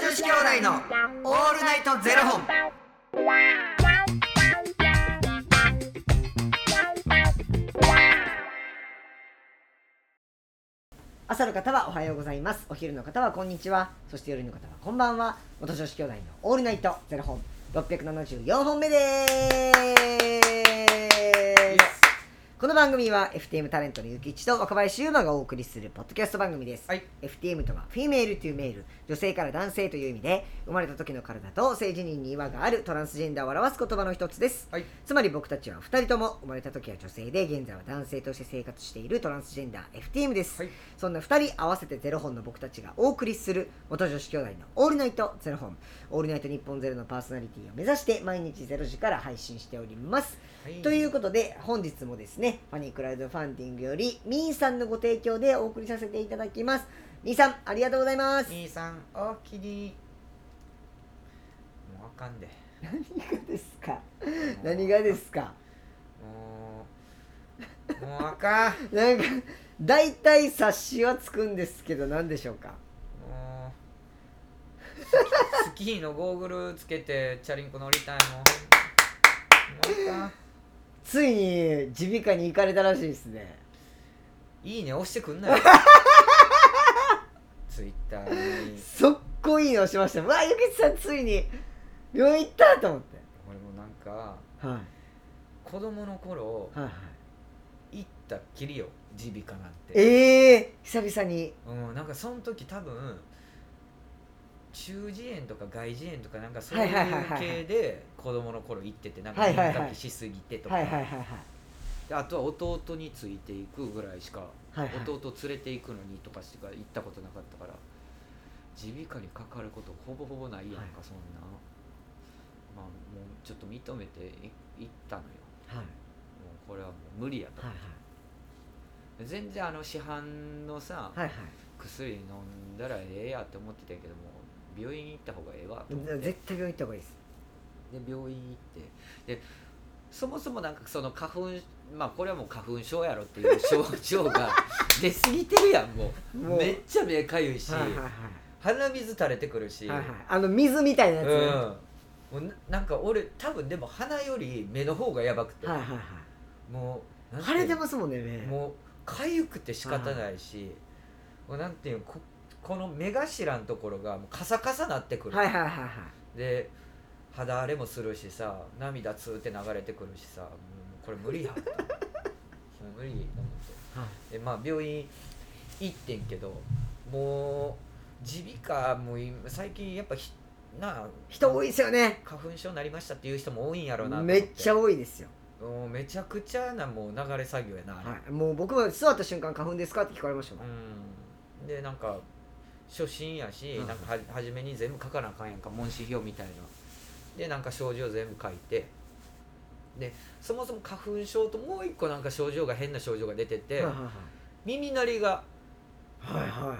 子兄弟のオールナイトゼロ本。朝の方はおはようございますお昼の方はこんにちはそして夜の方はこんばんは元女子兄弟のオールナイトゼロ本674本目ですこの番組は FTM タレントのゆきいちと若林優馬がお送りするポッドキャスト番組です、はい FTM とはフィメールというメール女性から男性という意味で生まれた時の体と性自認に違和があるトランスジェンダーを表す言葉の一つです、はいつまり僕たちは2人とも生まれた時は女性で現在は男性として生活しているトランスジェンダー FTM です、はいそんな2人合わせてゼロ本の僕たちがお送りする元女子兄弟の「オールナイトゼロ本」「オールナイト日本ゼロのパーソナリティを目指して毎日ゼロ時から配信しております、はいということで本日もですねファニークラウドファンディングよりみーさんのご提供でお送りさせていただきますみーさんありがとうございます兄さん、おおきに。もうあかんで。何がですかもう何がですかもう。もうあかん。なんか大体察しはつくんですけど何でしょうかもう。スキ ーのゴーグルつけて、チャリンコ乗りたいもん。もうあかん。ついに耳鼻科に行かれたらしいですねいいね、押してくん なよ。ツイッターに。速攻いいのしましたうわゆきちさんついに病院行ったと思って、俺もなんか。はい、子供の頃。はいはい行ったっきりよ。耳鼻科なんて。ええー、久々にうん、なんかその時多分中耳炎とか外耳炎とかなんかそうはいいうはいはいはい系で子供の頃行っててなんかはい耳はいはいかきしすぎてとか、はいはいはいはいであとは弟についていくぐらいしか、はいはい弟連れていくのにとかしか行ったことなかったから耳鼻科にかかることほぼほぼないやんか、はいそんなまあもうちょっと認めてい行ったのよはいもうこれはもう無理やと、はい全然あの市販のさ、はいはい薬飲んだらええやって思ってたんやけども病院行った方がええわと思っはていで絶対病院行った方がいいです病院行ってでそもそもなんかその花粉まあこれはもう花粉症やろっていう症状 が出過ぎてるやんもうもうめっちゃ目かゆいし、はいはいはい鼻水垂れてくるし、はいはいあの水みたいなやつ、うはんもうななんか俺多分でも鼻より目の方がやばくて、いはいはもうないんて腫れてますもんね目もう痒くて仕方ないし、もうなんていうのここの目頭のところがもうカサカサなってくる、はいはいはいはいで肌荒れもするしさ涙つーって流れてくるしさもうこれ無理やと思ってもう無理と思っはいてでまあ病院行ってんけどもう耳鼻科もう今最近やっぱひなあ人多いですよね花粉症になりましたっていう人も多いんやろうなと思めてっちゃ多いですよ、もうめちゃくちゃなもう流れ作業やな、はい、もう僕も座った瞬間花粉ですかって聞かれましたもん、うん、でなんか初診やし、うんなんかは初めに全部書かなあかんやんか問診票みたいなでなんか症状全部書いてでそもそも花粉症ともう一個なんか症状が変な症状が出てて、はいはいはい耳鳴りがはいは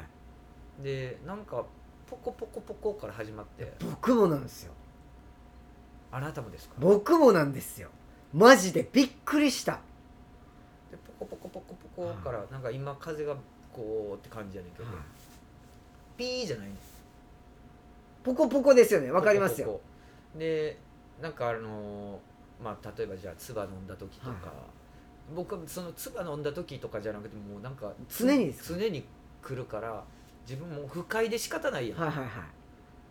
いでなんかポコポコポコから始まって僕もなんですよあなたもですかで僕もなんですよマジでびっくりしたポコポコポコポコからなんか今風がこうって感じやねんけど、ピーじゃないねんポコポコですよねわかりますよここここでなんかあのーまあ例えばじゃあ唾飲んだ時とか、はい僕はその唾飲んだ時とかじゃなくてもうなんか常にです常に来るから自分も不快で仕方ないやん、はいはいはい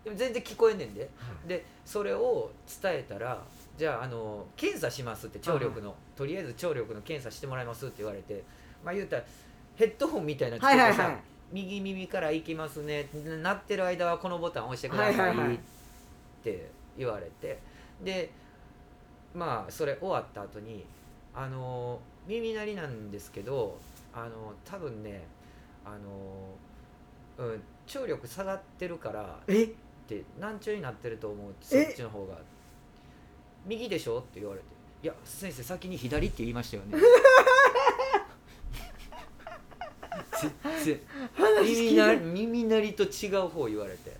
でも全然聞こえんねんででそれを伝えたらじゃあ、あのー検査しますって聴力の、とりあえず聴力の検査してもらいますって言われてまあ言うたらヘッドホンみたいなのつけはていさ、はいはい右耳から行きますねなってる間はこのボタンを押してくだはいさはいはいっいて言われてでまあそれ終わった後にあの耳鳴りなんですけどあの多分ねあの、うん、聴力下がってるからえって難聴になってると思うそえっちの方が右でしょって言われて「いや先生先に左って言いましたよ ね」全然話耳な聞いて耳鳴りと違う方言われて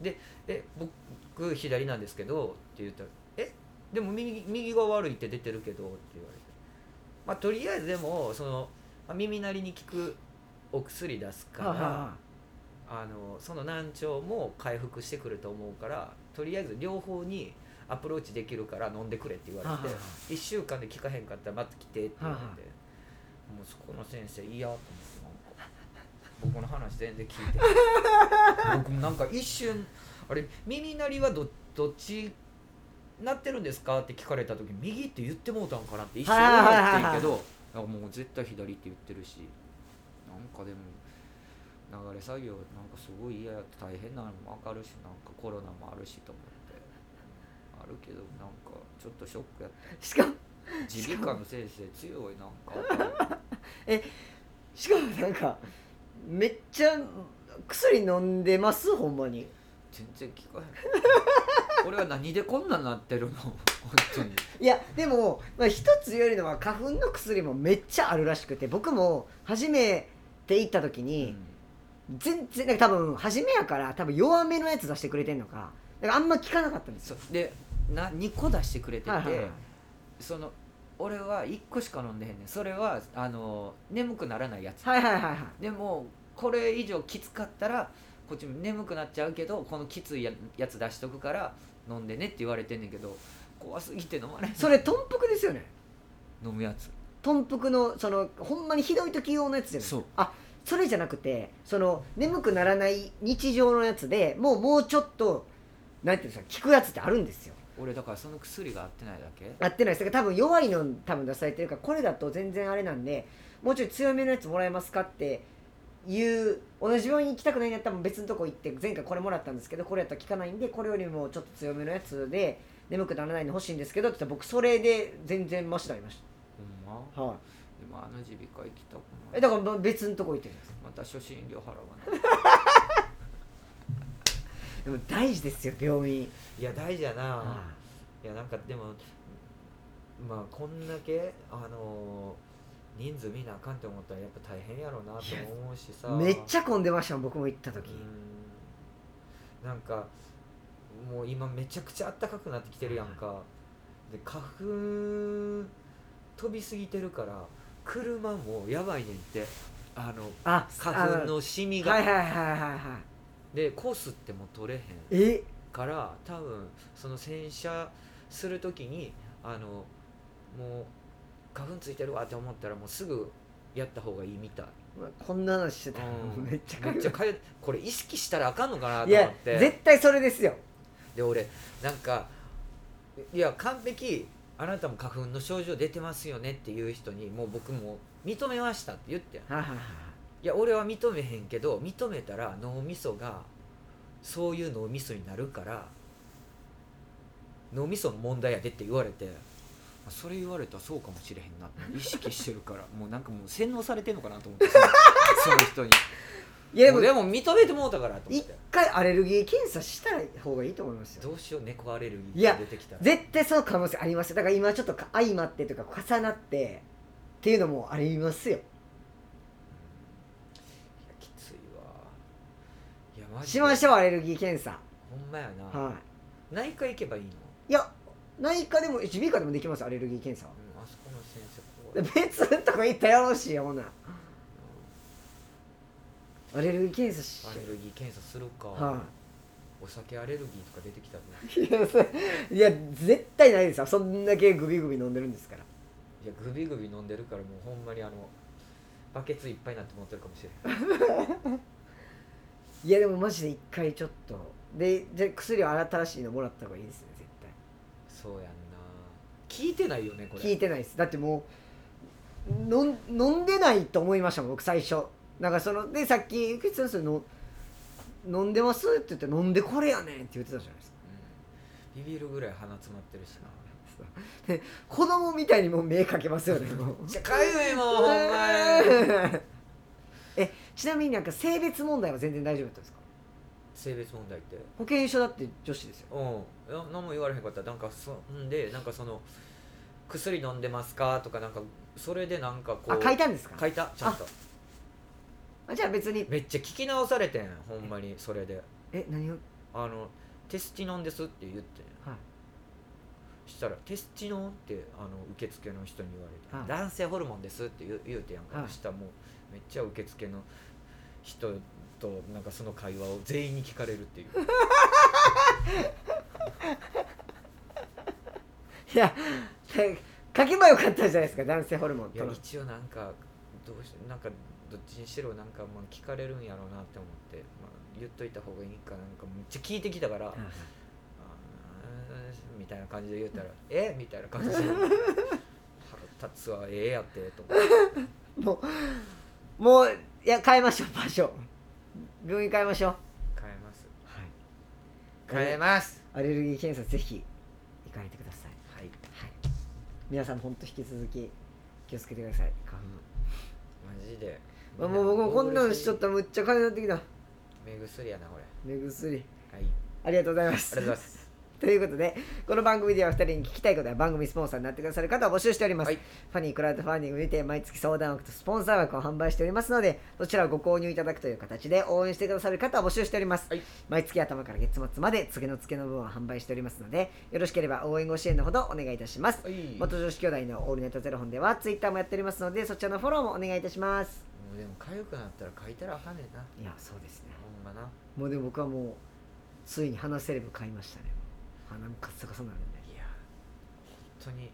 で「え僕左なんですけど」って言ったら「えでも右右が悪いって出てるけど」って言われて、まあ、とりあえずでもそのまあ耳鳴りに効くお薬出すからはあのその難聴も回復してくると思うからとりあえず両方にアプローチできるから飲んでくれって言われはいはいて、はい1週間で聞かへんかったらまた来てって言われて、はいはもうそこの先生いいやと思ってなんか僕の話全然聞いて僕もなんか一瞬あれ耳鳴りはどどっちなってるんですかって聞かれた時右って言ってもうたんかなって一瞬思ってんけどなんかもう絶対左って言ってるしなんかでも流れ作業なんかすごい嫌やって大変なのも分かるしなんかコロナもあるしと思ってあるけどなんかちょっとショックやったしかも耳鼻科の先生強いなんかしかもなんかめっちゃ薬飲んでますほんまに全然聞かへん俺は何でこんなんなってるの本当にいやでも、まあ、一つ言えるのは花粉の薬もめっちゃあるらしくて僕も初めて行った時に、全然なんか多分初めやから多分弱めのやつ出してくれてんのかなんかあんま聞かなかったんですそようでな2個出してくれてて、はいはいはいその俺は1個しか飲んでへんねんそれはあの眠くならないやつ、はいはいはいはいでもこれ以上きつかったらこっちも眠くなっちゃうけどこのきついややつ出しとくから飲んでねって言われてんねんけど怖すぎて飲まれへん それ頓服ですよね飲むやつ頓服のそのほんまにひどい時用のやつじゃないそうあそれじゃなくてその眠くならない日常のやつでもうもうちょっとなんていうんですか効くやつってあるんですよ俺だからその薬が合ってないだけ合ってないですだから多分弱いの多分出されてるからこれだと全然あれなんでもうちょい強めのやつもらえますかっていう同じ病院に行きたくないんだったら別のとこ行って前回これもらったんですけどこれやったら効かないんでこれよりもちょっと強めのやつで眠くならないの欲しいんですけどって言ったら僕それで全然マシになりましほんまた、はい、でもあの耳鼻科行きたくないえだから別のとこ行ってるんですまた初診料払わ ないでも大事ですよ病院いや大事やな、はいやなんかでもまあこんだけあのー人数見なあかんって思ったらやっぱ大変やろうなとも思うしさいめっゃちゃ混んでましたもん僕も行った時、なんかもう今めちゃくちゃ暖かくなってきてるやんかで花粉飛びすぎてるから車もやばいねんってあのあ花粉あのシミが、はいはいはいはいはいでコースっても取れへんえから多分その洗車する時にあのもう花粉ついてるわって思ったらもうすぐやった方がいいみたい、こんな話してた、うんめっちゃめかっちゃかゆいこれ意識したらあかんのかなとい思やって絶対それですよで俺なんかいや完璧あなたも花粉の症状出てますよねっていう人にもう僕も認めましたって言ってんはいはいはいいや俺は認めへんけど認めたら脳みそがそういう脳みそになるから脳みその問題やでって言われてあそれ言われたらそうかもしれへんなって意識してるから もうなんかもう洗脳されてんのかなと思ってそのその人にいやでもうもでも認めてもうたからと思っ一て回アレルギー検査した方がいいと思いますよどうしよう猫アレルいギーやが出てきたら絶対その可能性ありますよだから今ちょっとか相まってというか重なってっていうのもありますよいやきついわいやマジでしましょうアレルギー検査ほんまやな、は内科行けばいいの、いいや内科でも耳鼻科でもできますアレルギー検査はうん、あそこの先生怖い別のとこ行ったらよろしいよほなアレルギー検査しアレルギー検査するか、はお酒アレルギーとか出てきたい、いのやそれいや絶対ないですよそんだけグビグビ飲んでるんですからいやグビグビ飲んでるからもうほんまにあのバケツいっぱいになって持ってるかもしれないいやでもマジで一回ちょっとでじゃあ薬を新しいのもらった方がいいですね絶対そうやんな聞いてないよねこれ聞いてないですだってもうのん飲んでないと思いましたもん僕最初なんかそのでさっき「ゆき先生の飲んでます?」って言って「飲んでこれやねん」って言ってたじゃないですか うん、ビビるぐらい鼻詰まってるしなで子供みたいにもう目かけますよねもうじゃかゆいもんほんまに えちなみになんか性別問題は全然大丈夫だったんですか性別問題って保険証だって女子ですようんいや何も言われへんかったなんかそんでなんかその薬飲んでますかとかなんかそれでなんかこあう書いたんですか書いたちゃんとあじゃあ別にめっちゃ聞き直されてんほんまにそれでえ何をあのテスティノンですって言ってはいしたらテスティノンってあの受付の人に言われて、はい男性ホルモンですって言う言うてやんか、はいしたらもうめっちゃ受付の人となんかその会話を全員に聞かれるっていういや 書けばよかったじゃないですか男性ホルモンいとやの一応なんかどうしなんかどっちにしろなんかもう聞かれるんやろうなって思って、まあ、言っといた方がいいかなんかめっちゃ聞いてきたからうんあーみたいな感じで言ったら「えみたいな感じで腹立つはええやってと思っもてうもういや変えましょう場所病院変えましょう変えますはい変えますアレルギー検査ぜひ行かれてください、はいはい、皆さん本当引き続き気をつけてください花マジで粉、まあ、もう僕もこんなのしちゃったむっちゃ金になってきた目薬やなこれは目薬いありありがとうございまがすとうございますということでこの番組では2人に聞きたいことや番組スポンサーになってくださる方を募集しております、はいファニークラウドファンディングにて毎月相談枠とスポンサー枠を販売しておりますのでそちらをご購入いただくという形で応援してくださる方を募集しております、はい毎月頭から月末まで次の月の分を販売しておりますのでよろしければ応援ご支援のほどお願いいたします、はい元女子兄弟のオールネットゼロ本ではツイッターもやっておりますのでそちらのフォローもお願いいたしますもうでも痒くなったら書いたらあかんねんないやそうですねほんまなもうでも僕はもうついに鼻セレブ買いましたね鼻もカッサカサになるんでいや本当に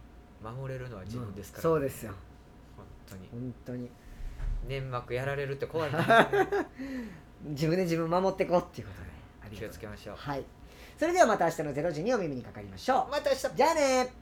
守れるのは自分ですから、そうですよ本当に本当に粘膜やられるって怖い な自分で自分を守っていこうっていうことであり気がをとうつけましょうはいそれではまた明日の0時にお耳にかかりましょうまた明日じゃあね